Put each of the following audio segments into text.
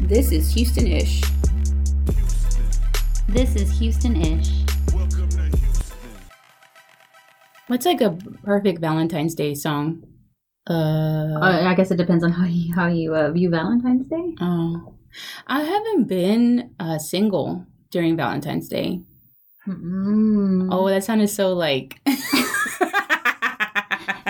This is Houston ish. This is Houston ish. What's like a perfect Valentine's Day song? Uh, I guess it depends on how you, how you uh, view Valentine's Day. oh, I haven't been uh, single during Valentine's Day. Mm-mm. Oh, that sounded so like.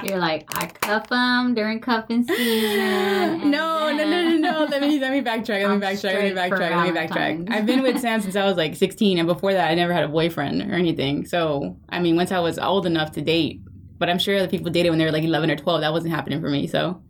You're like, I cuff them during cuffing season. no, and no, no, no, then- no. Let me let me backtrack. Let I'm me backtrack. Let me straight for backtrack. Let me backtrack. Valentine's. I've been with Sam since I was like 16, and before that, I never had a boyfriend or anything. So, I mean, once I was old enough to date, but I'm sure other people dated when they were like 11 or 12. That wasn't happening for me. So,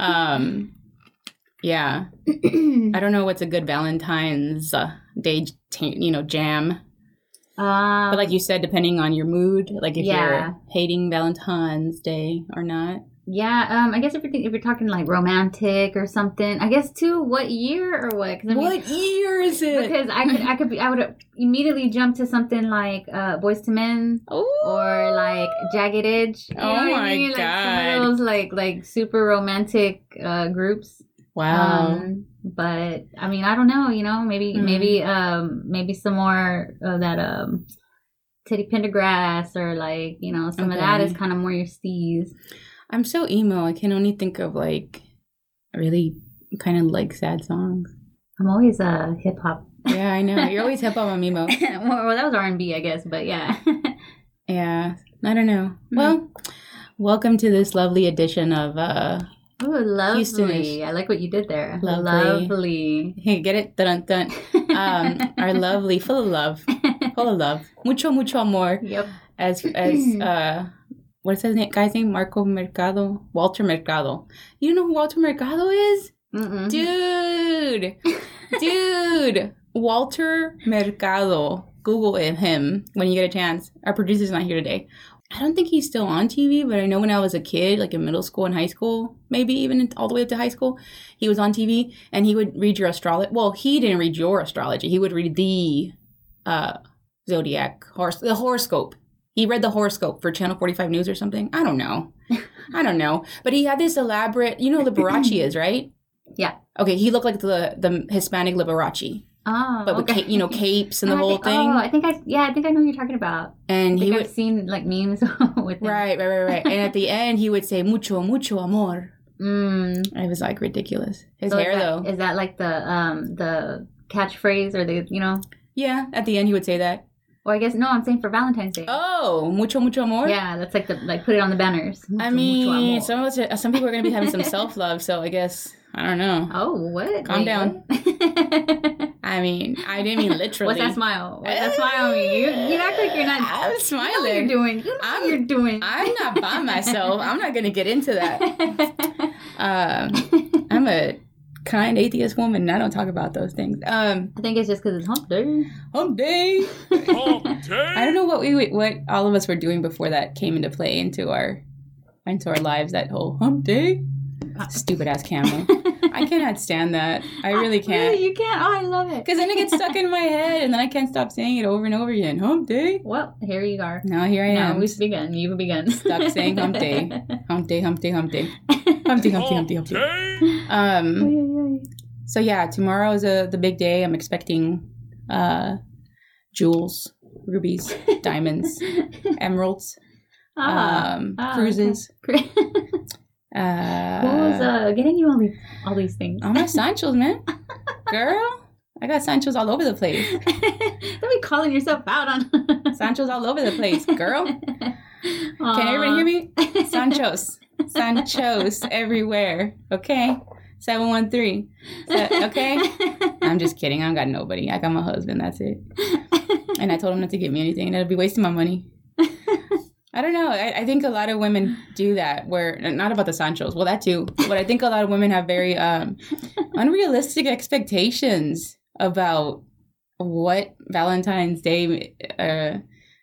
um, yeah, I don't know what's a good Valentine's uh, Day, t- you know, jam. um, But like you said, depending on your mood, like if Yeah. you're hating Valentine's Day or not. yeah, um, I guess if you're, think- if you're talking like romantic or something, I guess too, what year or what? 'Cause I mean, year is Because I could, I could be, I would immediately jump to something like uh, Boys to Men Ooh. or like Jagged Edge. You know Oh what I my mean? Like some God. of those like like super romantic uh, groups. wow. Um, but I mean, I don't know. You know, maybe Mm. maybe um maybe some more of that um Teddy Pendergrass or like you know some of that Okay. is kind of more your steez. I'm so emo. I can only think of like really kind of like sad songs. I'm always a uh, hip hop. Yeah, I know. You're always hip hop on emo. well, well, that was R and B, I guess. But yeah, Yeah. I don't know. Well, welcome to this lovely edition of uh Ooh, lovely. Houstonish. I like what you did there. Lovely. hey, get it? Dun dun. Lovely. Um our lovely full of love. Full of love. Mucho mucho amor. yep. as as uh what's his name guy's name marco mercado walter mercado you know who walter mercado is Mm-mm. dude dude walter mercado google it- him when you get a chance our producer's not here today i don't think he's still on tv but i know when i was a kid like in middle school and high school maybe even all the way up to high school he was on tv and he would read your astrology well he didn't read your astrology he would read the uh zodiac horse the horoscope he read the horoscope for channel 45 news or something i don't know i don't know but he had this elaborate you know liberace is right Yeah. okay he looked like the the hispanic liberace Oh, but okay. with ca- you know capes and Oh, the I whole think- thing Oh, I think I yeah, I think I know what you're talking about. I and think he I've would seen like memes with him. right right right right and at the end he would say mucho mucho amor Mm. it was like ridiculous his So hair is though that, is that like the um the catchphrase or the you know? yeah at the end he would say that Or I guess no, I'm saying for Valentine's Day. oh mucho mucho amor Yeah, that's like the like put it on the banners. I Mucho, mucho mean, amor. some of us are, some people are going to be having some self love, so I guess I don't know. oh what? Calm down. what? I mean, I didn't mean literally. What's that smile? What's that smile mean? You you act like you're not. You know I'm what you're smiling. doing. You know I'm- what you're doing. I'm not by myself. I'm not going to get into that. Um, I'm a kind atheist woman, and I don't talk about those things. Um, I think it's just because it's hump day. hump day. I don't know what we what all of us were doing before that came into play into our into our lives. That whole hump day. Stupid ass camel. I cannot stand that. I really can't. you can't. Oh, I love it. Because then it gets stuck in my head, and then I can't stop saying it over and over again. Hump day. Well, here you are. Now here I Now am. we've begun. You've begun. Stuck saying hump day. hump day, hump day, hump day, hump day, hump day, hump day, hump day. Um. So yeah, tomorrow is a, the big day. I'm expecting uh, jewels, rubies, diamonds, emeralds, Ah, um, ah, cruises. okay. Uh, what was uh, getting you all these all these things? all my Sanchos, man, girl. I got Sanchos all over the place. Don't be calling yourself out on. Sanchos all over the place, girl. Can everybody hear me? me? Sanchos. Sanchos everywhere. Okay. 713. So- okay. I'm just kidding. I don't got nobody. I got my husband. That's it. And I told him not to get me anything. That'd be wasting my money. I don't know. I, I think a lot of women do that where, not about the Sanchos. Well, that too. But I think a lot of women have very um, unrealistic expectations about what Valentine's Day, uh,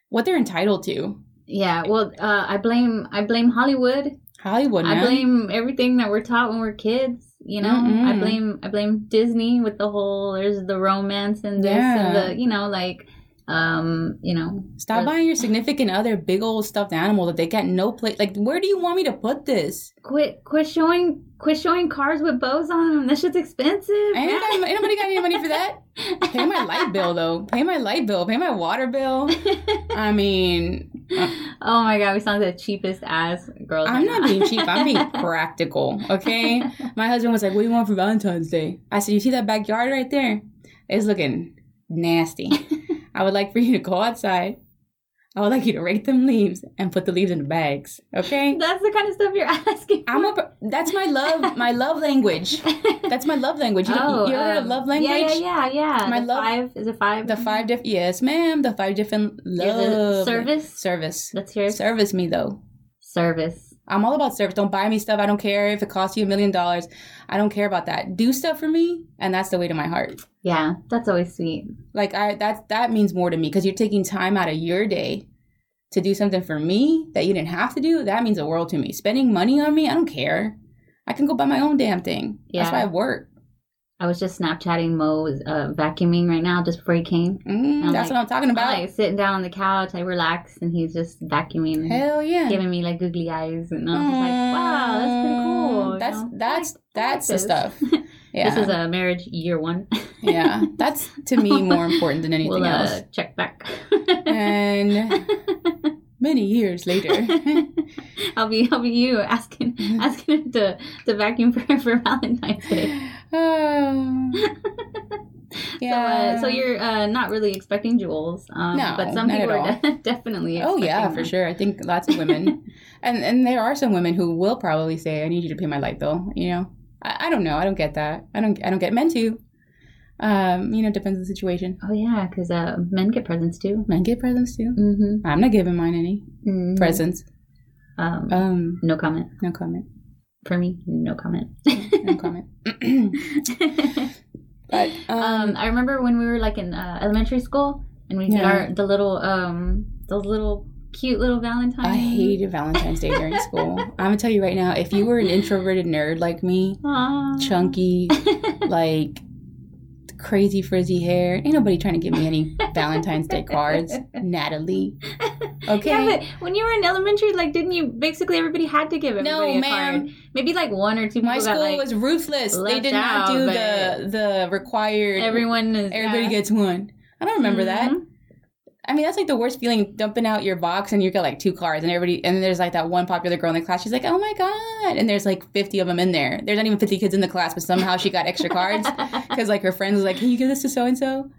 what they're entitled to. yeah. Well, uh, I blame I blame Hollywood. Hollywood, man. I blame everything that we're taught when we're kids. You know, I Mm-mm. blame I blame Disney with the whole there's the romance and this and Yeah. the you know like um, you know, Stop Uh, buying your significant other big old stuffed animal that they got no place. Like, where do you want me to put this? quit quit showing quit showing cars with bows on them. That shit's expensive. Ain't man. nobody, ain't nobody got any money for that. Pay my light bill though. Pay my light bill. Pay my water bill. I mean, oh my god, we sound like the cheapest ass girls. I'm right not now. being cheap. I'm being practical. Okay. My husband was like, "What do you want for Valentine's Day?" I said, "You see that backyard right there? It's looking nasty. I would like for you to go outside. I would like you to rake them leaves and put the leaves in the bags. Okay." That's the kind of stuff you're asking. I'm a. per- That's my love. My love language. That's my love language. You, know, you ever heard of um, love language? Yeah, yeah, yeah. yeah. My the love- five is it five? The five diff. Yes, ma'am. The five different There's a love service. Service. Let's hear it. Service me though. service. I'm all about service. Don't buy me stuff. I don't care if it costs you a million dollars. I don't care about that. Do stuff for me, and that's the way to my heart. Yeah, that's always sweet. Like I that that means more to me because you're taking time out of your day to do something for me that you didn't have to do. That means the world to me. Spending money on me, I don't care. I can go buy my own damn thing. Yeah. That's why I work. I was just Snapchatting Mo's uh, vacuuming right now just before he came. Mm, I'm like- that's what I'm talking about. I'm like sitting down on the couch, I relax, and he's just vacuuming, and Hell yeah. giving me like googly eyes, and I'm just like, wow, that's pretty cool. you Mm, That's know? that's I like that's the this. stuff. Yeah, This is a marriage year one. yeah. That's to me more important than anything we'll uh, else. check back. And many years later, I'll be I'll be you asking asking him to, to vacuum for for Valentine's Day. oh, So, uh, so you're uh, not really expecting jewels, um, No, but some not people at are de- definitely. Oh yeah, expecting for them. sure. I think lots of women, and and there are some women who will probably say, "I need you to pay my light bill." You know, I, I don't know. I don't get that. I don't. I don't get men to. Um, you know, depends on the situation. Oh yeah, because uh, men get presents too. Men get presents too. Mm-hmm. I'm not giving mine any Mm. presents. Um, Um, no comment no comment. for me. No comment. No comment. but um, um, I remember when we were like in uh, elementary school and we did Yeah. our the little um those little cute little Valentine. I hated Valentine's Day during school. I'm gonna tell you right now, if you were an introverted nerd like me, Aw. chunky, like crazy frizzy hair, ain't nobody trying to give me any Valentine's Day cards, Natalie. Okay. Yeah, but when you were in elementary, like, didn't you basically everybody had to give everybody no, a ma'am. card? Maybe like one or two people My got school like was ruthless. They left did not out, do but- the the required. everyone is Mm-hmm. everybody gets one. I don't remember that. I mean, that's like the worst feeling dumping out your box and you got like two cards and everybody, and there's like that one popular girl in the class. She's like, oh my God. And there's like 50 of them in there. There's not even 50 kids in the class, but somehow she got extra cards yeah, because like her friend was like, can you give this to so and so?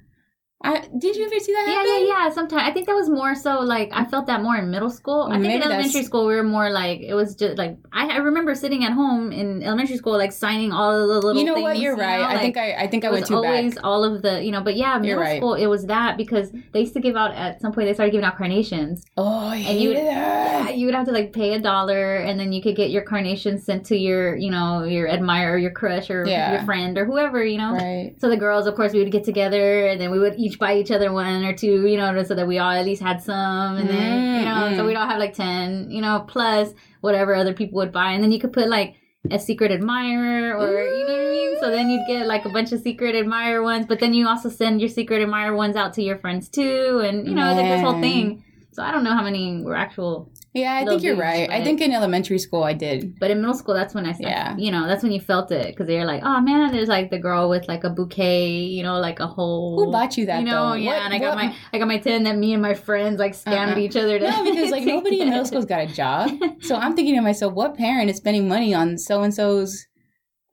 Did you ever see that happen? yeah, yeah. Sometimes I think that was more so like I felt that more in middle school. I think Maybe in that's- elementary school we were more like it was just like I, I remember sitting at home in elementary school like signing all of the little. You know things, what? You're you right. know, I think like, I, I think I it went was too always back. all of the you know, but yeah, middle right. school it was that because they used to give out at some point they started giving out carnations. Oh, I And you- hated Yeah, that. you would have to like pay a dollar, and then you could get your carnation sent to your, you know, your admirer, your crush, or Yeah. your friend, or whoever, you know. Right. So the girls, of course, we would get together, and then we would each buy each other one or two, you know, so that we all at least had some, and then you know, Mm, mm. so we'd all have like ten, you know, plus whatever other people would buy, and then you could put like a secret admirer, or you know what I mean. So then you'd get like a bunch of secret admirer ones, but then you also send your secret admirer ones out to your friends too, and you know, like this whole Man. thing. So I don't know how many were actual Yeah, I Little think you're dudes, right. I but- think in elementary school I did. But in middle school, that's when I started. Yeah. You know, that's when you felt it because they're like, oh man, there's like the girl with like a bouquet, you know, like a whole. Who bought you that You know, though? yeah, What- and I got what- my I got my tin that me and my friends like scammed Uh-uh. each other. To, No, because like to nobody in get. middle school's got a job. So I'm thinking to myself, what parent is spending money on so and so's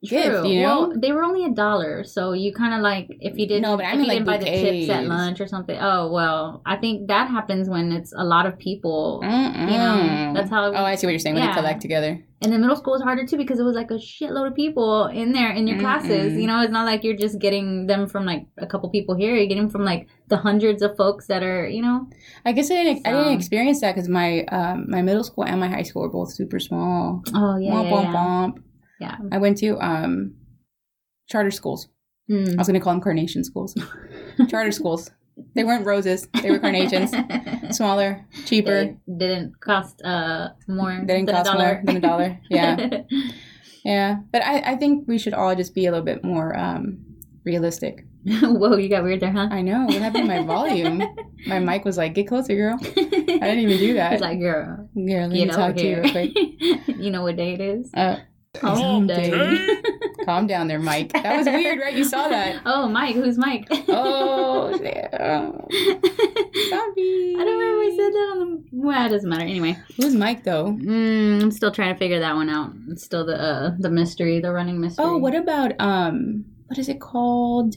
True. gift? You know, Well, they were only a dollar, so you kind of like if you didn't. No, but I if mean, you like, didn't buy the chips at bouquets. lunch or something. Oh well, I think that happens when it's a lot of people. Mm-mm. You know, that's how. Oh, I see what you're saying. When Yeah. they collect together, And then middle school was harder too because it was like a shitload of people in there in your classes. Mm-mm. You know, it's not like you're just getting them from like a couple people here. You're getting from like the hundreds of folks that are, you know. I guess I didn't. I So- didn't experience that because my um, my middle school and my high school were both super small. Oh yeah, womp womp yeah, womp. yeah. I went to um, charter schools. yeah. I Mm. was going to call them carnation schools. charter schools. They weren't roses. They were carnations. Smaller, cheaper. They didn't cost uh more. They didn't than cost a dollar. more than a dollar. Yeah. Yeah, but I, I think we should all just be a little bit more um, realistic. Whoa, you got weird there, huh? I know. What happened to my volume? My mic was like, get closer, girl. I didn't even do that. It's like, girl, Yeah, let me get talk over to you here. real quick. you know what day it is? Uh, Home day. calm down there, Mike. That was weird, right? You saw that. Oh, Mike. Who's Mike? Oh, yeah. I Sorry. don't remember we said that on the. Well, it doesn't matter. Anyway, Who's Mike, though? mm, I'm still trying to figure that one out. It's still the uh, the mystery, the running mystery. Oh, what about, um, what is it called?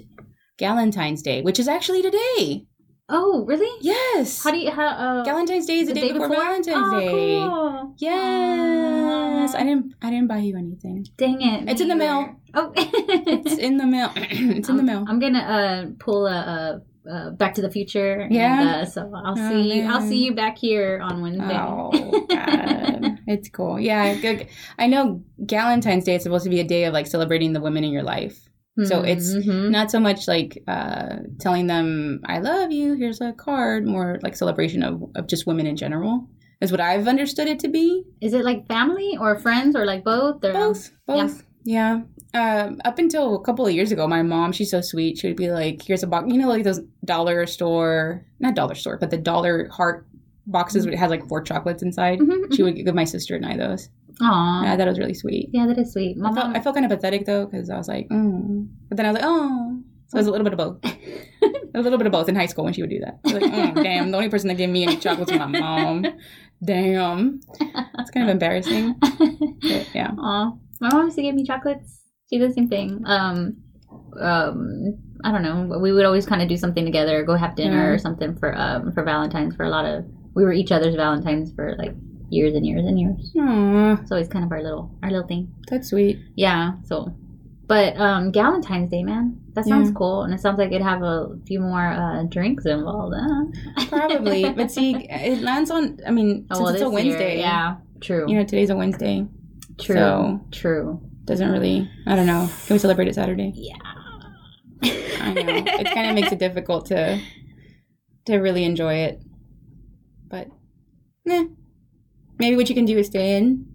Galentine's Day, which is actually today. Oh, really? Yes. How do you? How? Uh, Galentine's Day is the, day, before, Valentine's oh, Day. Cool. Yes, Aw. I didn't. I didn't buy you anything. Dang it! It's in the me mail. either. Oh, It's in the mail. it's in the I'm- mail. I'm gonna uh, pull a, uh uh Back to the Future. and, Yeah? uh, so I'll Oh, see. you I'll man. see you back here on Wednesday. Oh, God. it's cool. Yeah, good. I know Galentine's Day is supposed to be a day of like celebrating the women in your life. So it's Mhm. Not so much like uh, telling them "I love you." Here's a card. More like celebration of of just women in general is what I've understood it to be. Is it like family or friends or like both? Or Both. Both. Yeah. Um, up until a couple of years ago, my mom, she's so sweet. She would be like, here's a box, you know, like those dollar store, not dollar store, but the dollar heart boxes where it has like four chocolates inside. Mhm. She would give my sister and I those. Aw. Yeah, that was really sweet. yeah, that is sweet. My I felt, mom- I felt kind of pathetic though, because I was like, oh. But then I was like, oh. So it was a little bit of both. a little bit of both in high school when she would do that. I was like, mm, damn, the only person that gave me any chocolates was my mom. Damn. It's kind of embarrassing. But yeah. Aw. My mom used to give me chocolates. She did the same thing. Um, um, I don't know. We would always kind of do something together, go have dinner Yeah. or something for um for Valentine's. For a lot of, we were each other's Valentines for like years and years and years. Aw, It's always kind of our little our little thing. that's sweet. Yeah. So, but um, Galentine's Day, man, that sounds Yeah. cool, and it sounds like it'd have a few more uh, drinks involved. Huh? Probably, but see, it lands on. I mean, Oh, since well, it's a this year, Wednesday, yeah. True. You know, today's a Wednesday, true. so- True. doesn't really. I don't know. Can we celebrate it Saturday? Yeah. I know it kind of makes it difficult to to really enjoy it, but eh. maybe what you can do is stay in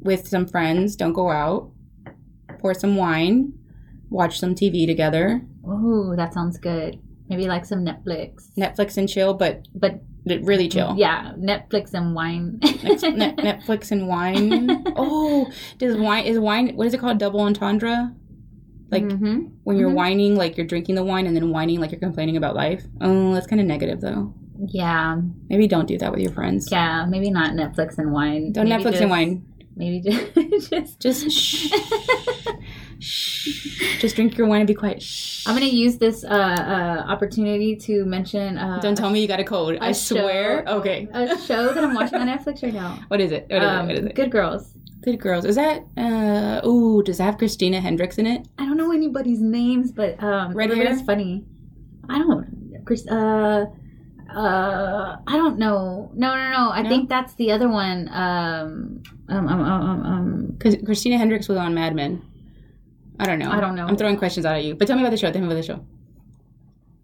with some friends. Don't go out. Pour some wine. Watch some TV together. Ooh, that sounds good. Maybe like some Netflix. Netflix and chill, but But really chill. Mm-hmm. yeah, Netflix and wine. Next- Net- Netflix and wine. Oh, does wine is wine? What is it called? Double entendre. Like Mhm. when you're Mhm. whining, like you're drinking the wine, and then whining like you're complaining about life. Oh, that's kind of negative though. yeah, Maybe don't do that with your friends. yeah, maybe not Netflix and wine. Don't Maybe Netflix just- and wine. Maybe just, just Just shh, shh. Just drink your wine and be quiet. Shh. I'm gonna use this uh, uh, opportunity to mention. Uh, Don't tell me you got a cold. I a swear. show- Okay. a show that I'm watching on Netflix right now. What is it? What is Um, it? What is it? Good Girls. Good girls. Is that uh? Ooh, does that have Christina Hendricks in it? I don't know anybody's names, but um, Red hair? everybody's funny. I don't. Chris. Uh. Uh, I don't know. No, no, no. I No? think that's the other one. Um, um, um, um, um, um. Because Christina Hendricks was on Mad Men. I don't know. I don't know. I'm throwing questions out at you. But tell me about the show. Tell me about the show.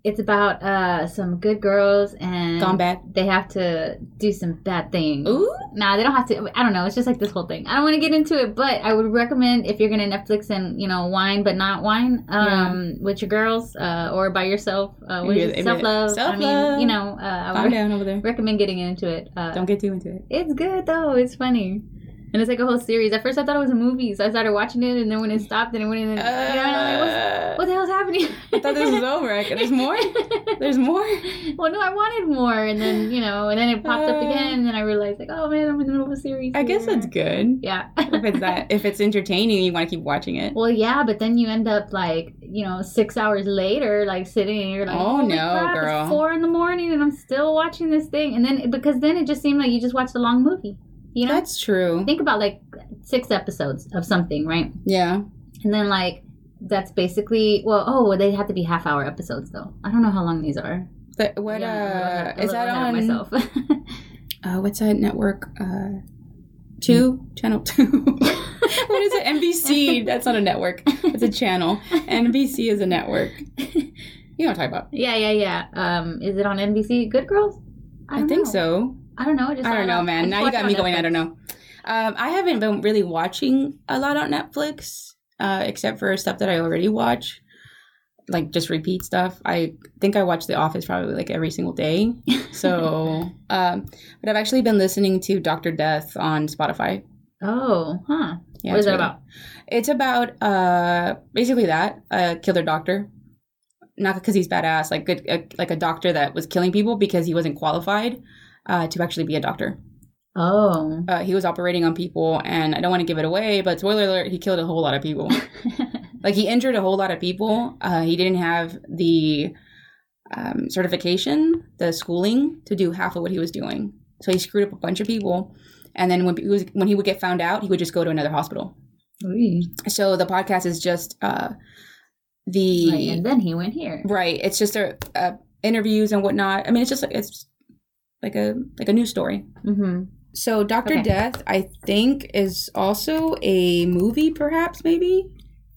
It's about uh some good girls and Gone bad. They have to do some bad things. Ooh. Nah, they don't have to. I don't know. It's just like this whole thing. I don't want to get into it, but I would recommend if you're gonna Netflix and you know wine, but not wine, um, with your girls, uh, or by yourself, uh, Yeah, with I mean, self love. I mean, self-love. you know, uh, I Calm would down over there. recommend getting into it. Uh, Don't get too into it. it's good though. It's funny. And it's like a whole series. At first, I thought it was a movie, so I started watching it, and then when it stopped, and it went in, and, you know, and I'm like, what's, what the hell's happening? Uh, I thought this was over. I- There's more? There's more? well, no, I wanted more, and then you know, and then it popped up Uh, again, and then I realized like, oh man, I'm in the middle of a series. I guess here. that's good. yeah. If it's that, if it's entertaining, you want to keep watching it. well, yeah, but then you end up like you know six hours later, like sitting and you're like, Oh, "Holy no, crap, it's girl." four in the morning, and I'm still watching this thing, and then because then it just seemed like you just watched a long movie. You know, That's true. think about like six episodes of something, right? Yeah. And then like that's basically well, oh, well, they have to be half hour episodes though. I don't know how long these are. But what Yeah, I'm a little ahead- uh a little is that ahead of on myself? uh what's that network? Uh two? Channel two. what is it? NBC. That's not a network. It's a channel. NBC is a network. You know what I'm talking about. Yeah, yeah, yeah. Um, is it on NBC? Good Girls. I, don't think know. so. I don't know. I, just I saw it don't know, on- I man. just Now you watched it got on me going. I don't Netflix. know. Um, I haven't been really watching a lot on Netflix, uh, except for stuff that I already watch. like just repeat stuff. I think I watch The Office probably like every single day. So, um, but I've actually been listening to Doctor Death on Spotify. Oh, huh. Yeah, what is it's that really- about? It's about uh basically that uh kill their doctor. Not because he's badass, like good, uh, like a doctor that was killing people because he wasn't qualified uh, to actually be a doctor. Oh. Uh, he was operating on people, and I don't want to give it away, but spoiler alert: he killed a whole lot of people. like he injured a whole lot of people. Uh, he didn't have the um, certification, the schooling to do half of what he was doing. So he screwed up a bunch of people. And then when he was when he would get found out, he would just go to another hospital. Ooh. So the podcast is just uh, Like, the and then he went here. right. It's just a, uh interviews and whatnot. I mean, it's just like it's like a like a news story. Mm-hmm. So Doctor Okay. Death, I think, is also a movie, perhaps, maybe.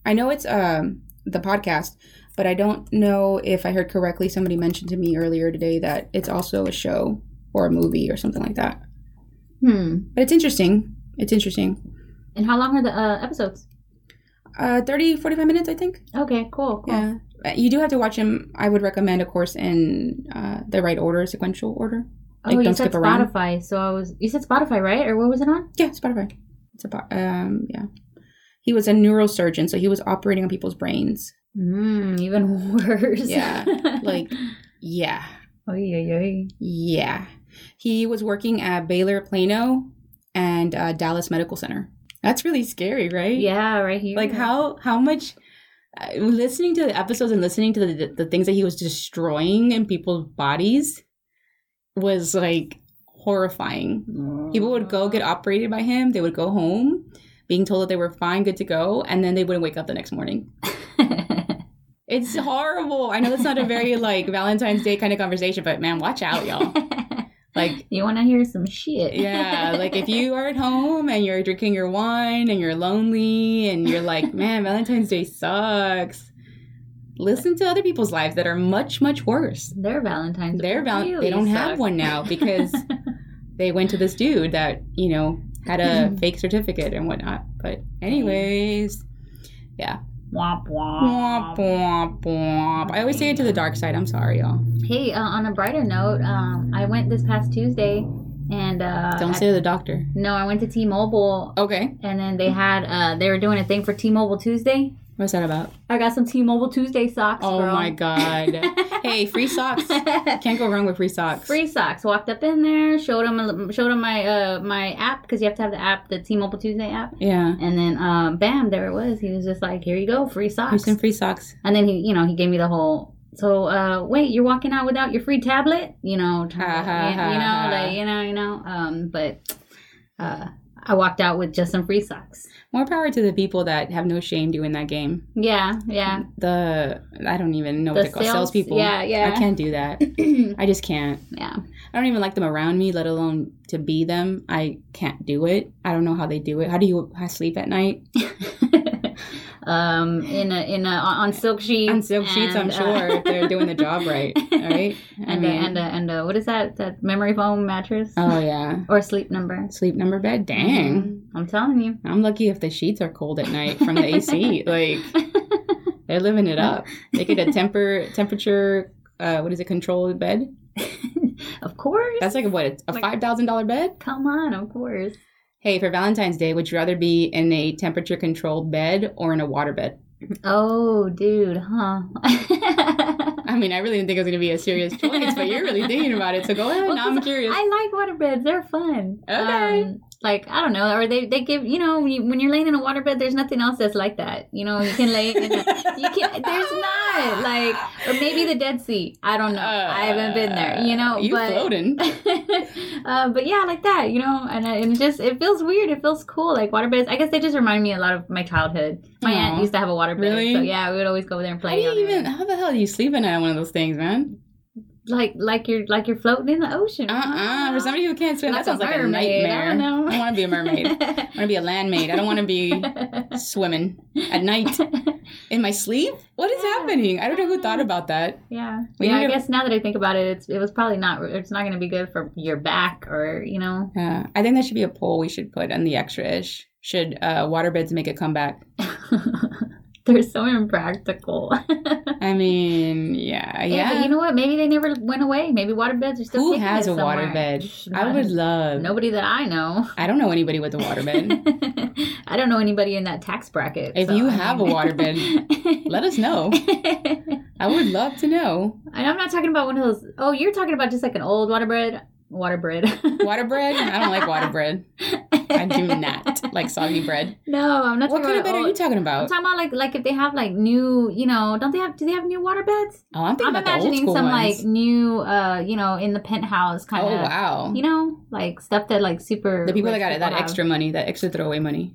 I know it's um the podcast, but I don't know if I heard correctly. Somebody mentioned to me earlier today that it's also a show or a movie or something like that. Hmm. But it's interesting. It's interesting. And how long are the uh, episodes? Uh, 30, 45 minutes, I think. Okay, cool, cool. Yeah. Uh, You do have to watch them. I would recommend, of course, in uh, the right order, sequential order. Oh, Like, you don't said skip around. Spotify. So I was. You said Spotify, right? Or what was it on? Yeah, Spotify. It's about, um, yeah. He was a neurosurgeon, so he was operating on people's brains. Mm, even worse. Yeah, like- Yeah. Oy, oy, oy. Yeah. He was working at Baylor Plano and uh, Dallas Medical Center. That's really scary, right? Yeah, right here. Like how how much uh, listening to the episodes and listening to the the things that he was destroying in people's bodies was like horrifying. People would go get operated by him. They would go home, being told that they were fine, good to go, and then they wouldn't wake up the next morning. It's horrible. I know that's not a very like Valentine's Day kind of conversation, but man, watch out, y'all. Like you want to hear some shit? yeah, like if you are at home and you're drinking your wine and you're lonely and you're like, man, Valentine's Day sucks. Listen to other people's lives that are much, much worse. their Valentine's, Their val- really they don't have suck. one now because they went to this dude that, you know, had Mm-hmm. a fake certificate and whatnot. But anyways, Womp womp. womp, womp, womp. I always say it to the dark side. I'm sorry, y'all. Hey, uh, on a brighter note, um, I went this past Tuesday, and uh, Don't I- say to the doctor. no, I went to T-Mobile, Okay. and then they had uh, they were doing a thing for T-Mobile Tuesday. What's that about? I got some T-Mobile Tuesday socks. Oh girl. my God. hey, free socks. Can't go wrong with free socks. Free socks. Walked up in there, showed them, showed them my uh, my app because you have to have the app, the T-Mobile Tuesday app. Yeah. And then, um, bam, there it was. He was just like, "Here you go, free socks." Houston free socks. And then he, you know, he gave me the whole. So uh, wait, you're walking out without your free tablet, you know, Ha, ha, you, ha, you know, ha. like you know, you know. Um, but uh, I walked out with just some free socks. More power to the people that have no shame doing that game. Yeah, yeah. The I don't even know what The they call sales- Oh salespeople. yeah, yeah. I can't do that. I just can't. yeah. I don't even like them around me, let alone to be them. I can't do it. I don't know how they do it. How do you I sleep at night? um, in a in a on on silk sheets. On silk sheets, I'm and, uh, sure, if they're doing the job right. All right. I and, a, and a, and a, what is that? That memory foam mattress oh yeah. or sleep number? Sleep number bed. Dang. Mhm. I'm telling you. I'm lucky if the sheets are cold at night from the AC. Like they're living it up. They get a temper temperature uh, what is it controlled bed? of course. That's like what a Like- five thousand dollar bed. Come on, of course. Hey, for Valentine's Day, would you rather be in a temperature controlled bed or in a water bed? Oh, dude, huh? I mean, I really didn't think it was going to be a serious choice, but you're really thinking about it. So go ahead. Well, now I'm 'cause curious. I like water beds. They're fun. Okay. Um, like I don't know, or they, they give you know when, you, when you're laying in a water bed, there's nothing else that's like that. You know, you can lay in. A, you can. There's not like, or maybe the Dead Sea. I don't know. I haven't been there. You know, Uh, you but floating. uh, but yeah, like that, you know, and, I- and it just it feels weird. It feels cool, like water beds. I guess they just remind me a lot of my childhood. My Aw. aunt used to have a water bed, Really? so yeah, we would always go over there and How play. do you on it. even? How the hell do you sleep at night on one of those things, man? like like you're like you're floating in the ocean? Uh uh For somebody who can't swim, Like that a sounds like a mermaid, nightmare. I don't know. I want to be a mermaid. I want to be a landmaid. I don't want to be swimming at night in my sleep. What is Yeah. happening? I don't know who thought about that. yeah, We yeah. need I to- guess now that I think about it, it's it was probably not. It's not going to be good for your back or you know. Yeah, Uh, I think that should be a poll we should put on the extra ish. Should uh, waterbeds make a comeback? They're so impractical. I mean, yeah, Yeah, yeah. but you know what? Maybe they never went away. Maybe waterbeds are still. Who taking has it a somewhere. waterbed? Not- I would love. Nobody that I know. I don't know anybody with a waterbed. I don't know anybody in that tax bracket. If you have a waterbed, Let us know. I would love to know. And I'm not talking about one of those. Oh, you're talking about just like an old waterbed. Waterbed. Waterbread? I don't like waterbread. I do not like soggy bread. No, I'm not. What talking kind of about bread are old- you talking I'm about? talking about like like if they have like new, you know, don't they have? Do they have new waterbeds? Oh, I'm I'm thinking about the old imagining school some ones. like new, uh, you know, in the penthouse kind oh of. wow, You know, like stuff that like super. the people that rich got it, that have. extra money, that extra throwaway money.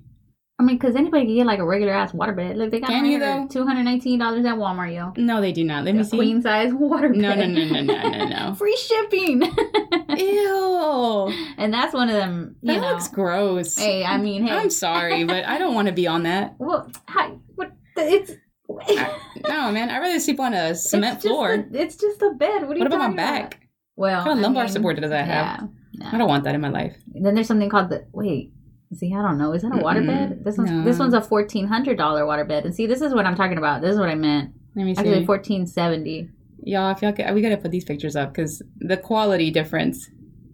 I mean, because anybody can get like a regular ass waterbed. Like they got Can you, though? two hundred nineteen dollars at Walmart, yo. No, they do not. Let me a see. queen size waterbed. No, no, no, no, no, no, no. Free shipping, Ew, and that's one of them. You that know, looks gross. hey, I mean, hey, I'm sorry, but I don't want to be on that. well, hi, what? It's I- No, man, I'd rather sleep on a cement it's just floor. a- it's just a bed. What, are you what about my talking back? Well, What kind of I lumbar mean, support does I have? Yeah, I no. don't want that in my life. Then there's something called the wait. See, I don't know. Is that a Mm-mm. waterbed? This one's No. this one's a fourteen hundred dollar waterbed. And see, this is what I'm talking about. This is what I meant. Let me see. Actually, fourteen seventy. Y'all, if y'all could, we gotta put these pictures up because the quality difference,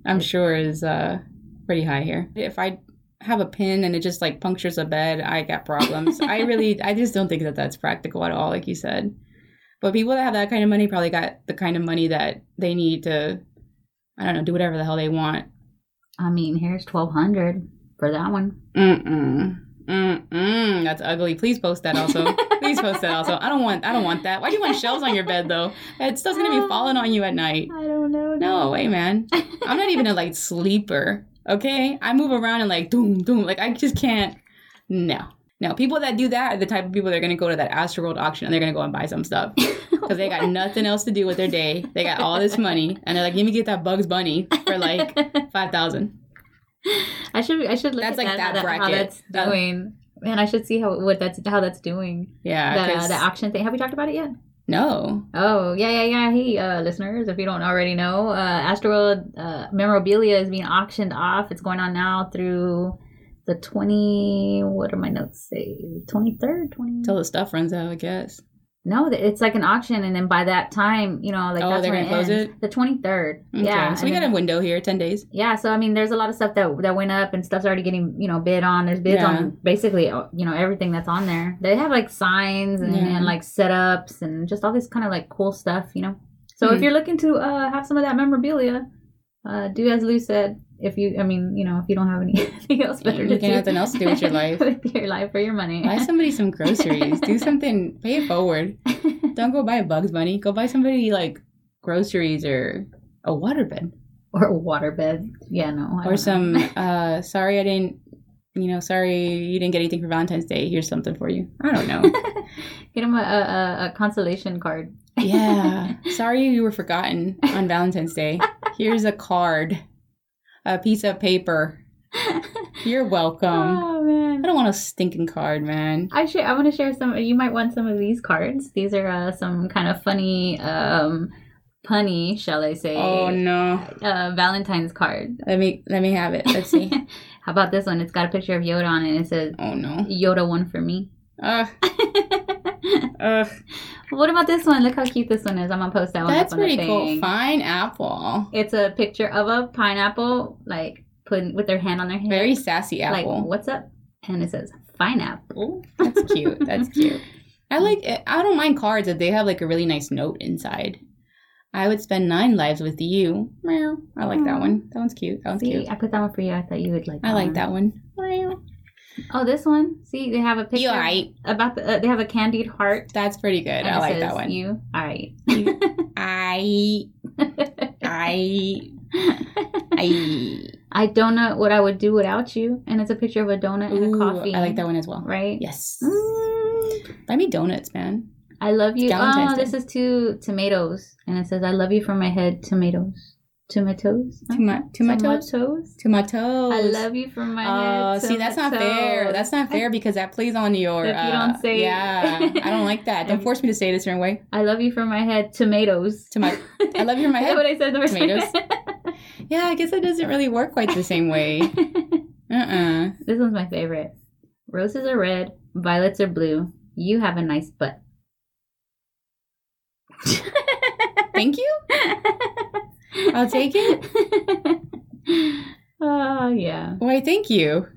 I'm sure, is uh pretty high here. If I have a pin and it just like punctures a bed, I got problems. I really, I just don't think that that's practical at all, like you said. But people that have that kind of money probably got the kind of money that they need to, I don't know, do whatever the hell they want. I mean, here's twelve hundred for that one. Mm-mm. Mm-mm. That's ugly. Please post that also. Please post that also. I don't want. I don't want that. Why do you want shelves on your bed though? That stuff's gonna be falling on you at night. I don't know. No way, man. I'm not even a like sleeper. Okay, I move around and like doom doom. Like I just can't. No, no. People that do that are the type of people that are gonna go to that Astro World auction and they're gonna go and buy some stuff because they got nothing else to do with their day. They got all this money and they're like, let me get that Bugs Bunny for like five thousand. I should I should look That's at like that, how, that that- how bracket. that's That- doing. Man, I should see how what that's how that's doing. Yeah. That, uh, 'cause- the auction thing. Have we talked about it yet? no. Oh yeah yeah yeah. Hey uh, listeners, if you don't already know, uh, Astroworld uh, memorabilia is being auctioned off. It's going on now through the twenty. What do my notes say? Twenty third, twenty. Until the stuff runs out, I guess. No, th- it's like an auction, and then by that time, you know, like Oh, that's they're when gonna close ends. The twenty third. Okay. Yeah. So we and got a then- window here, ten days. yeah, so I mean, there's a lot of stuff that that went up, and stuff's already getting you know bid on. There's bids Yeah. on basically uh, you know everything that's on there. They have like signs and, Yeah. and like setups and just all this kind of like cool stuff, you know. So if Hmm. you're looking to uh, have some of that memorabilia, uh, do as Lou said. If you, I mean, you know, if you don't have anything else better You to got do, nothing else to do with your life. with your life or your money. Buy somebody some groceries. do something. Pay it forward. Don't go buy a Bugs Bunny. Go buy somebody like groceries or a waterbed or a waterbed. Yeah, no. I don't know. or some. uh Sorry, I didn't. You know, sorry you didn't get anything for Valentine's Day. Here's something for you. I don't know. Get them a, a, a- a consolation card. yeah. Sorry you were forgotten on Valentine's Day. Here's a card, a piece of paper. You're welcome. oh I man. don't want a stinking card, man. I share. I want to share some. You might want some of these cards. These are uh, some kind of funny, um, punny, shall I say? Oh no. Uh, Valentine's card. Let me let me have it. Let's see. How about this one? It's got a picture of Yoda on it. and It says Oh no. Ah, Yoda one for me. Ugh. Ugh. what about this one? Look how cute this one is. I'm gonna post that one. That's up on the pretty cool. thing. Fine apple. It's a picture of a pineapple, like putting with their hand on their head, Very sassy like apple. what's up? And it says pineapple. Ooh, that's cute. That's cute. I like it. I don't mind cards if they have like a really nice note inside. I would spend nine lives with you. Meow. I like that Aw. one. That one's cute. That one's See, um, cute. I put that one for you. I thought you would like. That I one. like that one. Meow. Oh, this one. See, they have a picture You alright? about the. Uh, they have a candied heart. That's pretty good. and I it like says, that one. You all right? I I I I don't know what I would do without you. And it's a picture of a donut and Ooh, a coffee. I like that one as well. Right? Yes. Mm, Buy me donuts, man. I love you. It's Valentine's Oh, this Day. is two tomatoes, and it says, "I love you from my head, tomatoes, tomatoes, To my to my toes. tomatoes. To my toes. I love you from my Oh, head." see, that's not fair. tomatoes." That's not fair because that plays on your. If you uh, don't say it. yeah, I don't like that. Don't force me to say it a certain way. I love you from my head, tomatoes. To my, I love you from my Is that head. what I said the first time? Yeah, I guess it doesn't really work quite the same way. Uh uh This one's my favorite. Roses are red, violets are blue. You have a nice butt. Thank you. I'll take it. Oh, yeah. Why, thank you.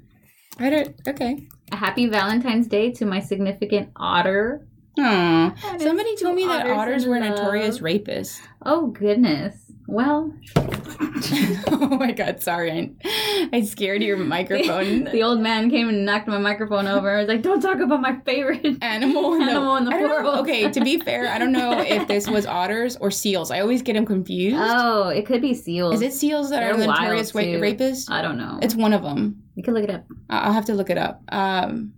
I don't. Okay. A happy Valentine's Day to my significant otter. Aw. That is Somebody two told me that otters otters in were love. notorious rapists. Oh, goodness. Well, oh my god, sorry. I, I scared your microphone. the old man came and knocked my microphone over. I was like, don't talk about my favorite. Animal, in the- Animal in the I don't know. world. Okay, to be fair, I don't know if this was otters or seals. I always get them confused. Oh, it could be seals. Is it seals that are They're notorious wa- wild, too. Um, rapists? I don't know. It's one of them. you can look it up. I- I'll have to look it up. Um,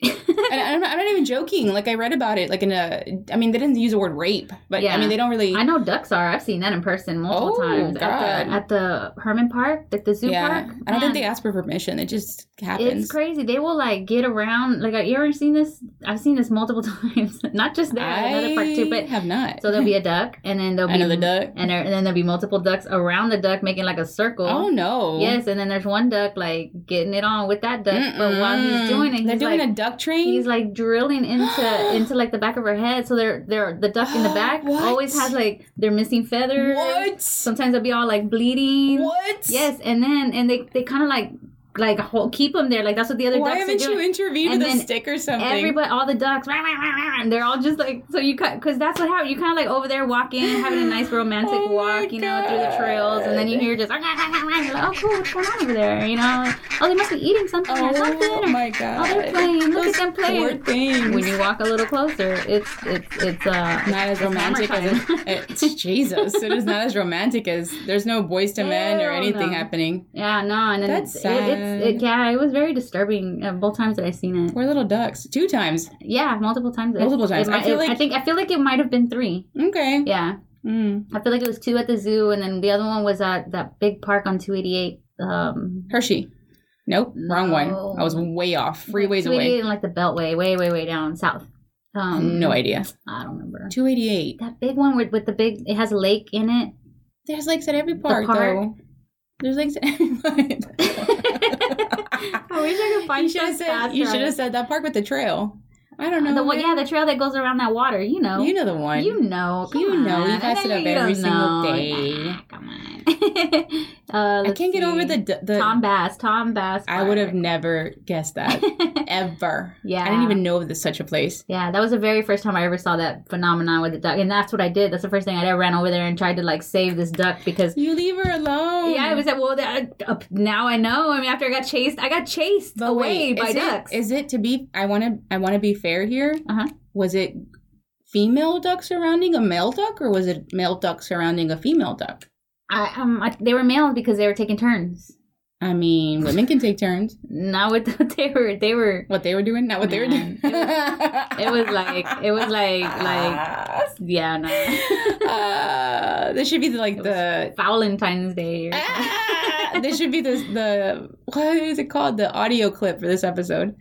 and I'm not, I'm not even joking. Like I read about it. Like in a, I mean, they didn't use the word rape, but I Yeah. mean, they don't really. I know ducks are. I've seen that in person multiple Oh, times at God. the at the Herman Park, at the zoo yeah, park. I don't Man, think they ask for permission. It just happens. It's crazy. They will like get around. Like, you ever seen this? I've seen this multiple times. Not just there, at another park too. I But have not. so there'll be a duck, and then there'll be another duck. and, there, and then there'll be multiple ducks around the duck making like a circle. Oh no! Yes, and then there's one duck like getting it on with that duck, but while he's Mm-mm. doing it, they're he's doing like, a duck train. he's like drilling into into like the back of her head. So they're they're the duck in the back What? always has like they're missing feathers. what? Sometimes they'll be all like bleeding. What? Yes, and then and they they kind of like like hold, keep them there. Like that's what the other Why ducks haven't are you doing. intervened And with a then stick or something? Everybody, all the ducks, rah, rah, rah, rah, and they're all just like so you cut because that's what happened. You kind of like over there walking, having a nice romantic Oh my walk, you know, through the trails, and then you God. hear just rah, rah, rah, rah, you're like, oh, cool, what's going on over there? You know, like, oh, they must be eating something or something. oh Or, my god! they're playing. Look at Those them playing. Poor things. when you walk a little closer, it's it's it's uh not as it's romantic as summertime. it, it, Jesus. It is not as romantic as there's no boys to men or Hell anything no. happening. yeah no and then That's it's, it, it's it, sad. yeah it was very disturbing uh, both times that I've seen it We're little ducks. Two times. yeah multiple times Multiple It times. I might- feel it- I like- think I feel like it might have been three Okay. yeah Mm. I feel like it was two at the zoo, and then the other one was at that big park on 288. Um, Hershey. Nope. Wrong one. No. I was way off. Three ways away. and like the Beltway, way, way, way down south. Um, No idea. I don't remember. 288. That big one with, with the big, it has a lake in it. There's lakes at every park, park. though. There's lakes at every park. I wish I could find you should have stuff said, you faster. should have said that park with the trail. I don't know. the one, man. yeah, the trail that goes around that water. You know, You know the one. you know, come You know, you on. pass it I know up you every don't single know. day. Nah, come on. uh, Oh, I let's can't get over see. the d- the. Tom Bass. Tom Bass. I would have never guessed that have. ever. yeah, I didn't even know there's such a place. Yeah, that was the very first time I ever saw that phenomenon with the duck, and that's what I did. That's the first thing I ever ran over there and tried to like save this duck because You leave her alone. yeah, I was like, well, that, uh, now I know. I mean, after I got chased, I got chased But away wait, by is it- ducks. Is it to be? I want to. I want to be fair here. Uh-huh. Was it female duck surrounding a male duck, or was it male duck surrounding a female duck? I, um, I, they were males because they were taking turns. I mean, women can take turns. Not with the, they were they were. What they were doing, not what they were doing. Man, It was like it was like like yeah no uh, this should be the, like It was- the. Valentine's Day. Or something. Ah! this should be the the what is it called? The audio clip for this episode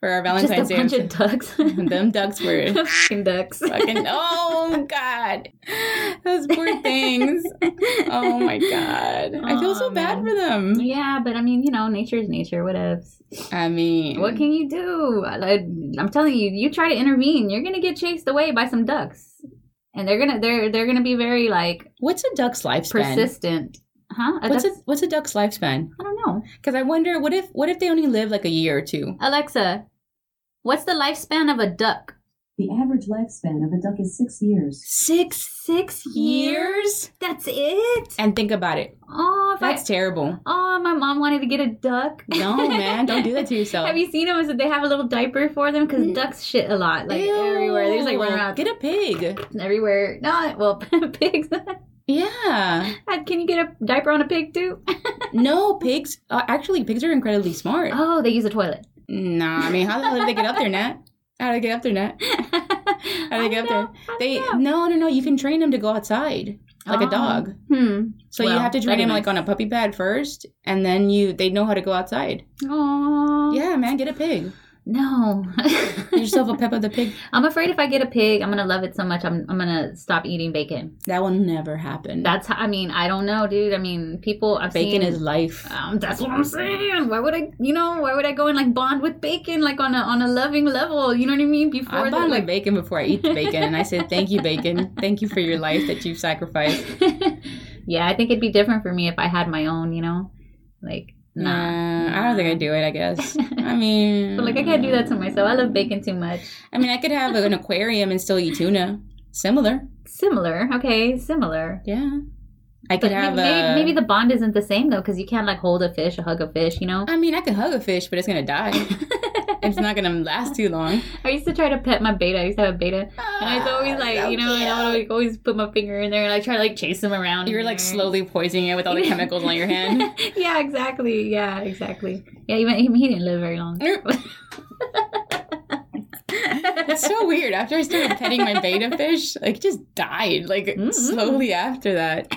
for our Just Valentine's a bunch Day. of ducks. episode. Them ducks were Fucking ducks. fucking oh god those poor things oh my god i feel so Aw, bad man. for them Yeah, but I mean, you know, nature's nature. What ifs? i mean What can you do? I, am telling you, you try to intervene, you're gonna get chased away by some ducks, and they're gonna they're they're gonna be very like what's a duck's lifespan persistent, huh? A what's a duck- what's a duck's lifespan I don't know. because i wonder what if what if they only live like a year or two Alexa, what's the lifespan of a duck? The average lifespan of a duck is six years. six Six years That's it. and think about it Oh, if I, that's terrible oh, my mom wanted to get a duck. no man don't do that to yourself Have you seen them? Is that they have a little diaper for them? Because Mm. ducks shit a lot, like everywhere. They just like run Ew, around get a pig everywhere. No, well, pigs. yeah Can you get a diaper on a pig too? no pigs uh, actually pigs are incredibly smart Oh, they use a toilet. nah i mean how the hell did they get up there nat how did they get up there nat How How they get up there? They know. no, no, no. You can train them to go outside like a dog. Hmm. So you well, have to train that'd be them like on a puppy pad first, and then you they know how to go outside. Aww. Yeah, man, get a pig. No. Get yourself a Peppa the Pig. I'm afraid if I get a pig, I'm gonna love it so much. I'm I'm gonna stop eating bacon. That will never happen. That's how. I mean, I don't know, dude. I mean, people. I've seen, bacon is life. Um, that's what I'm saying. Why would I, you know, why would I go and like bond with bacon like on a on a loving level? You know what I mean? Before I the- bought my bacon before I eat the bacon, and I said, "Thank you, bacon. Thank you for your life that you've sacrificed." yeah, I think it'd be different for me if I had my own. You know, like nah. Nah, I don't think I do it. I guess. I mean, But like I can't do that to myself. I love bacon too much. I mean, I could have an aquarium and still eat tuna. Similar, Similar, okay, similar. yeah. I But could may- have may- a. maybe the bond isn't the same though, because you can't like hold a fish, or hug a fish. You know. I mean, I could hug a fish, but it's gonna die. it's not gonna last too long. I used to try to pet my beta. I used to have a beta, and I was Ah, always like, you know, and I would like, always put my finger in there and I try to like chase him around. you were in like there. slowly poisoning it with all the chemicals on your hand. yeah, exactly. Yeah, exactly. Yeah, even he, he didn't live very long. Mm. It's so weird. After I started petting my beta fish, like it just died, like Mm-mm. slowly after that.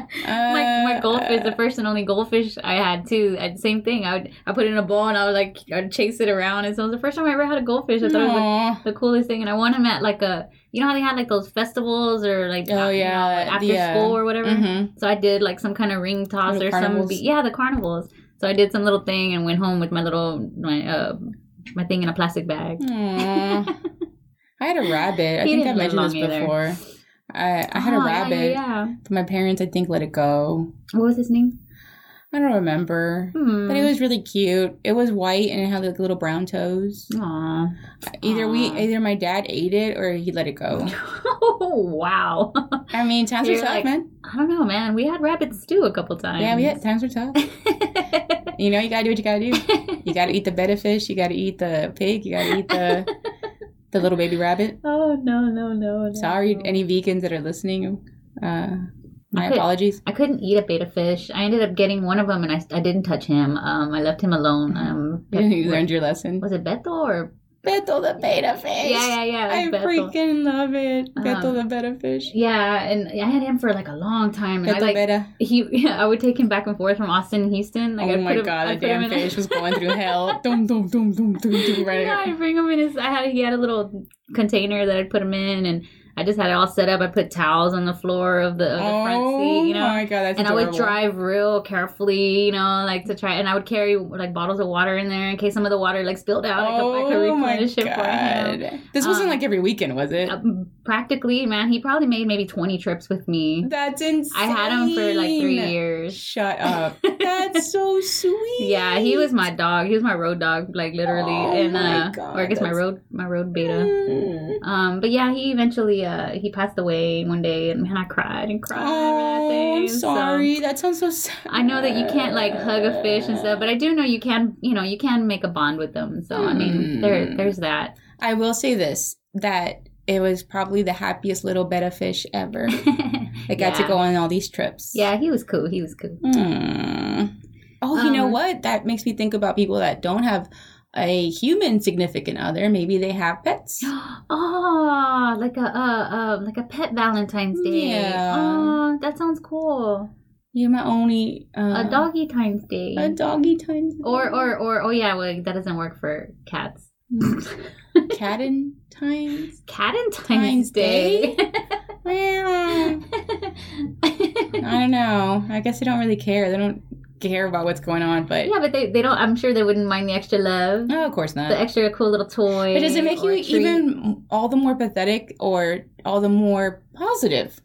Mm-hmm. my, my Uh, goldfish, the first and only goldfish I had too. I, same thing. I would I put it in a bowl and I would like I'd chase it around. And so it was the first time I ever had a goldfish. I thought it was like, Aw. the coolest thing. And I won him at like a you know how they had like those festivals or like uh, Oh, you know, yeah, after the, uh, school or whatever. Mhm. So I did like some kind of ring toss Little or carnivals. some. Be- yeah, the carnivals. So I did some little thing and went home with my little my uh my thing in a plastic bag. Aw. I had a rabbit. Mm-hmm. I He think didn't I live mentioned this long either. before. I, I had Oh, a yeah, Yeah, rabbit. yeah. but My parents, I think, let it go. What was his name? I don't remember. Hmm. But it was really cute. It was white and it had like little brown toes. Aw. Either we, Aw. either my dad ate it or he let it go. oh wow. I mean, times were You're tough, like- man. I don't know, man. We had rabbits too a couple times. Yeah, we had times were tough. You know, you gotta do what you gotta do. You gotta eat the betta fish. You gotta eat the pig. You gotta eat the the little baby rabbit. oh no no no. no. Sorry, any vegans that are listening. Uh, my Okay. apologies. I couldn't eat a beta fish. I ended up getting one of them, and I, I didn't touch him. Um, I left him alone. Um, You learned your lesson. was it Beto or Beto the betta fish. yeah yeah yeah? I It was Beto. freaking love it. Beto Um, the betta fish. Yeah, and I had him for like a long time, and I Beto like betta. he. Yeah, I would take him back and forth from Austin to Houston. Like, oh I'd my put him, god, I'd the put him damn in a- fish was going through hell. Dum dum dum dum dum dum. Right. No, I'd bring him in his. I had he had a little container that I'd put him in, and I just had it all set up. I put towels on the floor of the, of the front seat, you know. Oh my god, that's and I would adorable. drive real carefully, you know, like to try. And I would carry like bottles of water in there in case some of the water like spilled out. I could, I could Oh my replenish it for him. god! This wasn't Um, like every weekend, was it? Uh, Practically, man, he probably made maybe twenty trips with me. That's insane. I had him for like three years. Shut up. That's so sweet. Yeah, he was my dog. He was my road dog, like literally, Oh and my uh, God, or I guess my that's- road, my road beta. Mm. Um, but yeah, he eventually uh he passed away one day, and man, I cried and cried. over Oh, that thing. I'm So- sorry. that sounds so sad. I know that you can't like hug a fish and stuff, but I do know you can, you know, you can make a bond with them. So I mean, there, Mm. there's that. I will say this: that it was probably the happiest little betta fish ever. I got to Yeah. go on all these trips. yeah, he was cool. He was cool. Mm. Oh, you know Um, what? That makes me think about people that don't have a human significant other. Maybe they have pets. Oh, like a uh, uh like a pet Valentine's Day. Yeah. Oh, that sounds cool. You're my only uh, a doggy times day. A doggy time. or or or oh yeah, well, that doesn't work for cats. cat in times. Cat and Hmm. Times times day. Well, I don't know. I guess they don't really care. They don't care about what's going on. But yeah, but they they don't. I'm sure they wouldn't mind the extra love. no, of course not. the extra cool little toy. But does it make or you treat. even all the more pathetic or all the more positive?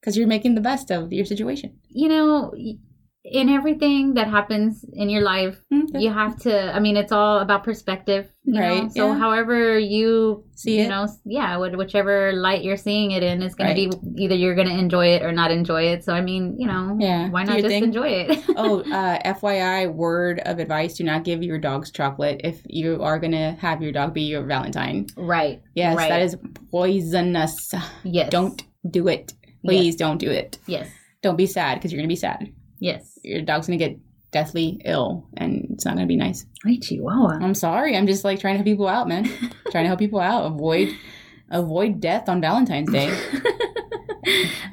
Because you're making the best of your situation. You know, y- in everything that happens in your life, Hmm, you have to. I mean, it's all about perspective, you know? Right, So, yeah. however you See you it? know, s- yeah, what, whichever light you're seeing it in is going Right. to be either you're going to enjoy it or not enjoy it. So, I mean, you know, Yeah. why Do not your just thing. enjoy it? oh, uh, FYI, word of advice: do not give your dogs chocolate if you are gonna have your dog be your Valentine. right. Yes, Right. that is poisonous. Yes. Don't do it. Please don't do it. Yes. Don't be sad because you're gonna be sad. Yes. Your dog's gonna get deathly ill, and it's not gonna be nice. Hey, Chihuahua. I'm sorry. I'm just like trying to help people out, man. trying to help people out. Avoid, avoid death on Valentine's Day.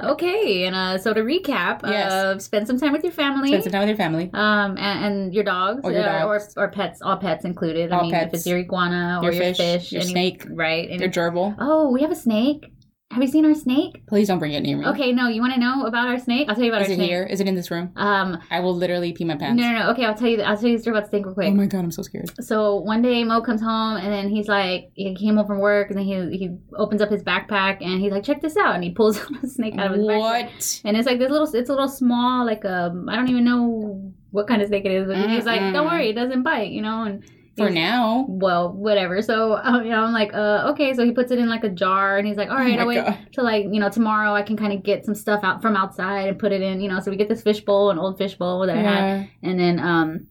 Okay, and uh, so to recap, Yes. uh, spend some time with your family. Spend some time with your family. Um, and, and your dogs, Or your uh, dogs. Or, or pets, all pets included. I All mean, if pets. it's your iguana or Your your fish, fish, your any- snake, right? any- Your gerbil. oh, we have a snake. Have you seen our snake? Please don't bring it near me. Okay, no, you want to know about our snake? I'll tell you about Is our it snake. here? Is it in this room? Um, I will literally pee my no, pants. no, no. Okay, I'll tell you. I'll tell you the story about the snake real quick. Oh my god, I'm so scared. so one day Mo comes home and then he's like he came home from work and then he he opens up his backpack and he's like check this out and he pulls a snake out of his backpack What? and it's like this little it's a little small like um I don't even know what kind of snake it is but he's like Mm-mm. don't worry it doesn't bite you know and For he's- now. well whatever so um, you know, I'm like uh okay so he puts it in like a jar and he's like all right oh I'll my wait god. till like you know tomorrow I can kind of get some stuff out from outside and put it in you know so we get this fishbowl an old fishbowl that I had Yeah. and then um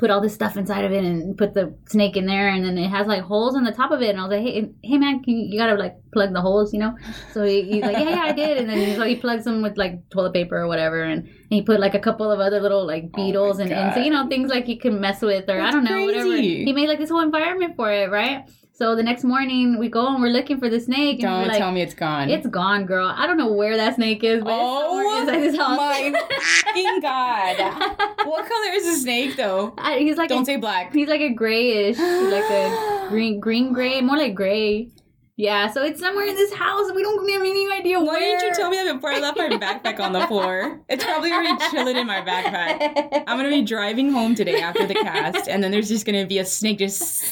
put all this stuff inside of it and put the snake in there and then it has like holes on the top of it and I was like hey hey man can you, you gotta like plug the holes you know so he, he's like yeah yeah I did and then so he plugs them with like toilet paper or whatever and, and he put like a couple of other little like Oh my beetles and, and so you know things like you can mess with or I That's don't know whatever crazy. he made like this whole environment for it right so the next morning we go and we're looking for the snake and Don't we're like tell me it's gone. it's gone girl I don't know where that snake is but Oh, it's somewhere inside this house my fucking god. What color is the snake though? I- he's like Don't say black. He's like a grayish, like a green, green gray, more like gray. Yeah, so it's somewhere in this house. We don't have any idea Why where. didn't you tell me that before I left my backpack on the floor? It's probably already chilling in my backpack. I'm gonna be driving home today after the cast, and then there's just gonna be a snake just.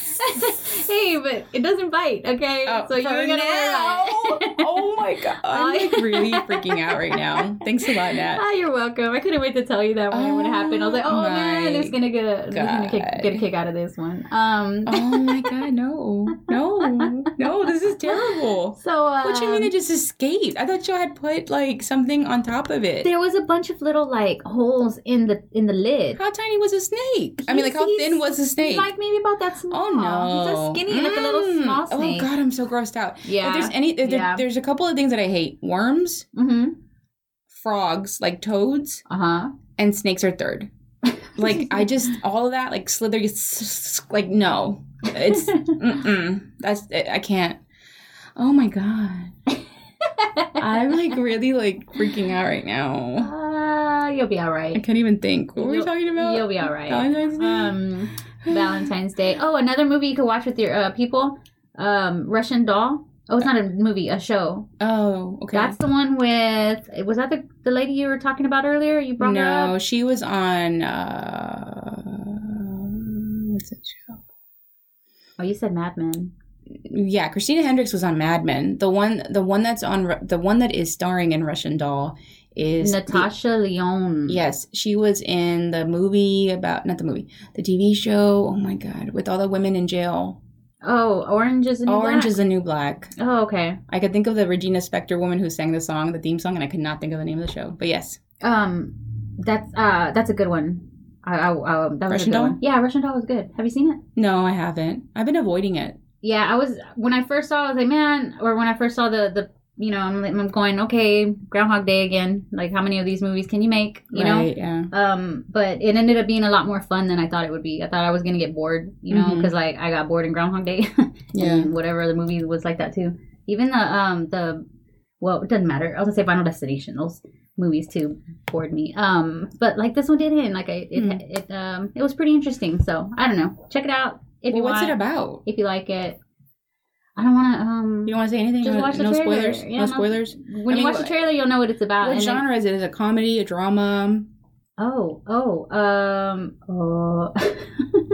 hey, but it doesn't bite. Okay, Oh, so you for ain't gonna worry about now. it. Oh my god! I'm like really freaking out right now. Thanks a lot, Nat. Ah, you're welcome. I couldn't wait to tell you that when it would happen. I was like, Oh oh man, my there's gonna get a, there's gonna kick, God. get a kick out of this one. Um, Oh my god! No, no, no! This is terrible. so um, Oh. What you mean it just escaped? I thought y'all had put like something on top of it. there was a bunch of little like holes in the in the lid. How tiny was the snake? I mean, like how He's- thin was the snake? Like maybe about that small. Oh no! He's so skinny, like a little Mm. small snake. Oh god, I'm so grossed out. Yeah. If there's any, if there- Yeah. there's a couple of things that I hate: worms, mm-hmm. frogs, like toads, Uh huh. and snakes are third. Like I just all of that, like slithery, s- s- like no, it's mm-mm. that's I can't. Oh my god, I'm like really like freaking out right now. uh, you'll be all I right. can't even think. What were we You'll- talking about? You'll be all right. Valentine's Day? Um, Valentine's Day. Oh, another movie you could watch with your uh, people. Um, Russian Doll. Oh, it's not a movie, a show. oh, okay. That's the one with. Was that the, the lady you were talking about earlier? You brought her No, up. she was on. Uh, what's that show? Oh, you said Mad Men. Yeah, Christina Hendricks was on Mad Men. The one, the one that's on, Ru- the one that is starring in Russian Doll is the- Natasha Leon. yes, she was in the movie about not the movie, the TV show. Oh my god, with all the women in jail. Oh, Orange is the New Orange Black? is the New Black. Oh, okay. I could think of the Regina Spektor woman who sang the song, the theme song, and I could not think of the name of the show. But yes, Um, that's uh, that's a good one. I, I, I that was Russian a good Doll? one. Yeah, Russian Doll was good. Have you seen it? no, I haven't. I've been avoiding it. Yeah, I was when I first saw. it, I was like, man, or when I first saw the the you know, I'm like- I'm going okay, Groundhog Day again. Like, how many of these movies can you make? You know. right? Yeah. Um, but it ended up being a lot more fun than I thought it would be. I thought I was gonna get bored, you know, Mhm. because like I got bored in Groundhog Day. Yeah. and whatever other movie was like that too. Even the um the well, it doesn't matter. I was gonna say Final Destination. Those movies too bored me. Um, but like this one didn't. Like I, it, Hmm. it um it was pretty interesting. So I don't know. Check it out if Well, you what's want. it about? If you like it, I don't want to um. You don't want to say anything? Just no, watch the no trailer. spoilers. Yeah, no no- spoilers. when I mean, you watch what- the trailer, you'll know what it's about. what and then- genre is it? Is it a comedy, a drama? oh, oh, um, oh.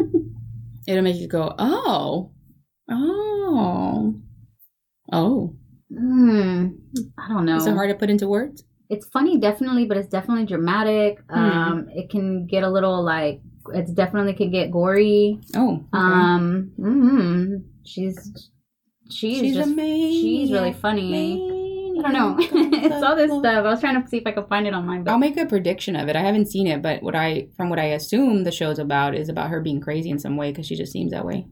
It'll make you go, oh, oh, oh. Hmm. I don't know. Is it hard to put into words? it's funny definitely but it's definitely dramatic um it can get a little like it's definitely can get gory Oh, okay. um mm, she's she's, just maniac, she's really funny i don't know maniac on it's all this the stuff i was trying to see if i could find it online but I'll make a prediction of it. I haven't seen it, but what I from what I assume the show's about is about her being crazy in some way because she just seems that way.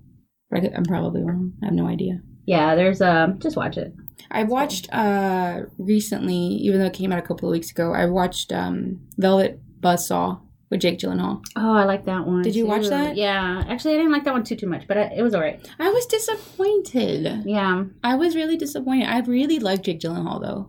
But I could- I'm probably wrong. I have no idea. yeah there's um just watch it I watched uh recently, even though it came out a couple of weeks ago, I watched um Velvet Buzzsaw with Jake Gyllenhaal. oh i like that one Did you watch too. that? yeah actually i didn't like that one too too much but I, it was all right I was disappointed. yeah I was really disappointed. I really like Jake Gyllenhaal though.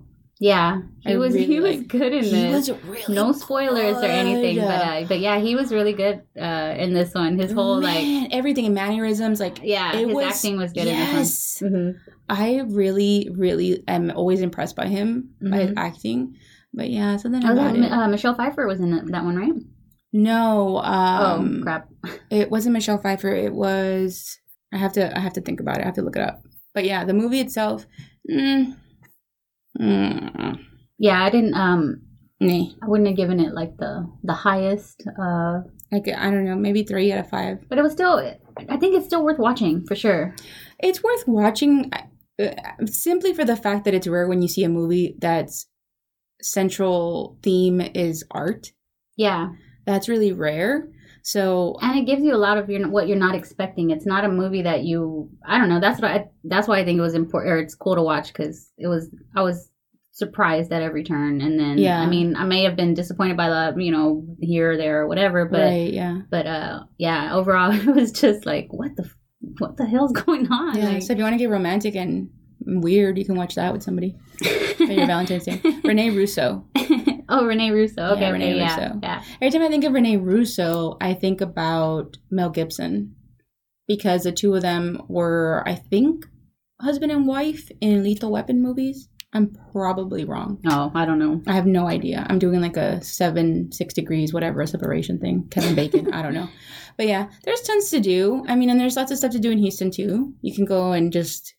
Yeah, he I was really he was like- good in He this. was really no spoilers or anything, good. but uh, but yeah, he was really good uh, in this one. His whole Man, everything mannerisms like like yeah, It his was- acting was good yes. in this one. Mm-hmm. I really, really am always impressed by him by his Mhm. acting. But yeah, something Mm-hmm. about Oh, it. uh, Michelle Pfeiffer was in that, that one, right? no, um, oh crap! it wasn't Michelle Pfeiffer. It was I have to I have to think about it. I have to look it up. But yeah, the movie itself, mm, mm, Yeah, I didn't. Um, nah. I wouldn't have given it like the the highest, uh, like I don't know, maybe three out of five. but it was still. I think it's still worth watching for sure. It's worth watching uh, simply for the fact that it's rare when you see a movie that's central theme is art. Yeah, That's really rare. So and it gives you a lot of your what you're not expecting. It's not a movie that you I don't know. That's what I that's why I think it was important or it's cool to watch because it was I was surprised at every turn and then Yeah. I mean I may have been disappointed by the you know here or there or whatever but right, yeah, but uh yeah overall it was just like what the f- what the hell's going on yeah. Like- so if you want to get romantic and weird, you can watch that with somebody for your Valentine's Day. Renee Russo. oh Renee Russo okay Yeah, okay, Renee yeah Russo. yeah Every time I think of Renee Russo, I think about Mel Gibson because the two of them were, I think, husband and wife in Lethal Weapon movies. I'm probably wrong. oh I don't know I have no idea. I'm doing like a seven, six degrees, whatever separation thing. Kevin Bacon. I don't know. But yeah, there's tons to do. I mean, and there's lots of stuff to do in Houston too. You can go and just,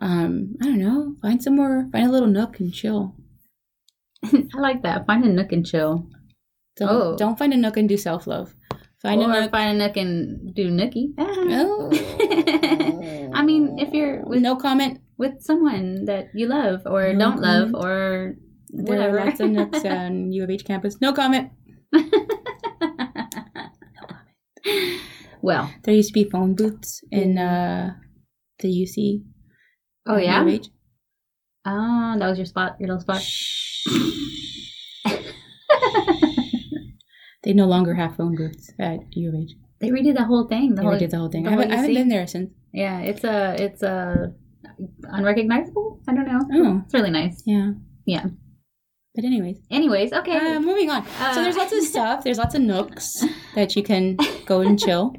um, I don't know, find somewhere, find a little nook and chill. I like that find a nook and chill Don't, Oh. don't find a nook and do self love. Find or a nook. find a nook and do nookie Oh. I mean, if you're with no comment. with someone that you love or No don't love comment. or There whatever. are lots of nooks on U of H campus. No comment. well, There used to be phone booths in uh, the UC. Mm. oh at U yeah. of H. Oh, that was your spot, your little spot. They no longer have phone booths at U of H. They redid the whole thing. The They whole, did the whole thing. the I haven't, whole I haven't UC? been there since. Yeah, it's a it's a unrecognizable. I don't know. Oh, It's really nice. yeah. Yeah. But anyways, Anyways, okay. uh, moving on. so Uh, there's lots of stuff. There's lots of nooks that you can go and chill.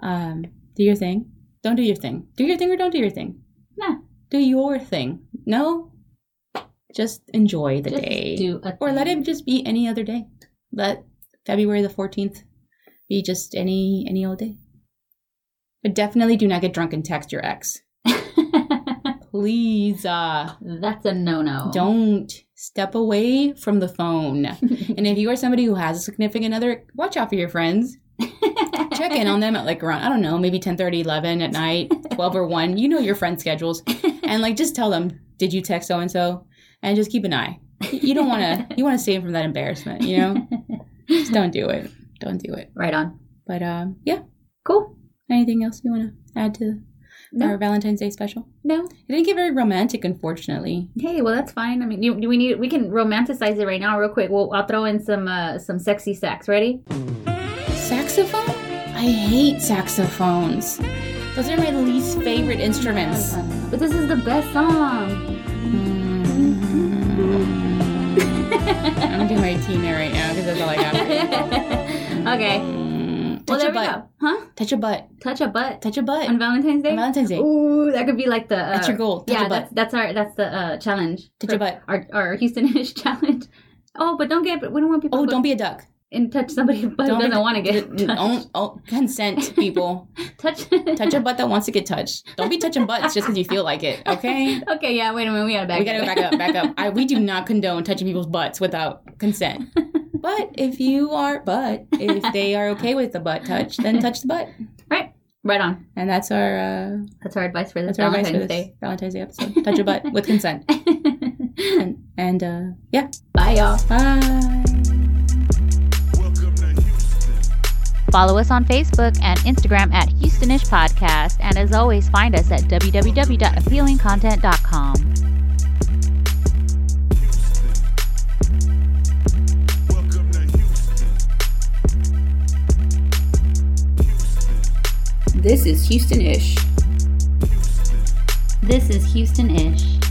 Um, do your thing. Don't do your thing. Do your thing or don't do your thing. Nah. Do your thing. No. Just enjoy the just day. do a or let thing. it just be any other day. Let February the 14th be just any any old day. But definitely do not get drunk and text your ex. Please uh That's a no no. don't step away from the phone. And if you are somebody who has a significant other, watch out for your friends. Check in on them at like around, I don't know, maybe 10 11 at night, 12 or 1. You know your friends' schedules. And like just tell them, did you text so and so? And just keep an eye. You don't want to, you want to save them from that embarrassment, you know? Just don't do it. Don't do it. Right on. But um, yeah, Cool. anything else you want to add to No. our Valentine's Day special? No. It didn't get very romantic, unfortunately. Hey, well that's fine. I mean, you, do we need? We can romanticize it right now, real quick. We'll, I'll throw in some uh, some sexy sex. Ready? Saxophone? I hate saxophones. Those are my least favorite instruments. But this is the best song. I'm gonna do my Tina right now because that's all I got. okay. Mm, Well, touch there your we butt. go. Huh? Touch your butt. Touch a butt Touch your butt. on On Valentine's Day. Valentine's Day. Ooh, that could be like the. Uh, That's your goal. Touch yeah, your butt. that's that's our that's the uh, challenge. Touch for your butt. Our our Houstonish challenge. Oh, but don't get. But we don't want people. Oh, to go don't be a duck. and touch somebody who Don't doesn't be- want to get touched. Don't, oh, consent, people. touch. touch a butt that wants to get touched. Don't be touching butts just because you feel like it. Okay. Okay, yeah. Wait a minute. We gotta back. we gotta go back up, back up. I, we do not condone touching people's butts without consent. But if you are, but if they are okay with the butt touch, then touch the butt. Right on. And that's our uh, That's our advice for this that's our advice for Valentine's this Day. Valentine's Day episode. Touch your butt with consent. And, and uh, yeah, Bye, y'all. bye. Welcome to Houston. Follow us on Facebook and Instagram at Houstonish Podcast. And as always, find us at www.appealingcontent.com. Houston. Welcome to Houston. Houston. This is Houston Ish. Houston. This is Houston Ish.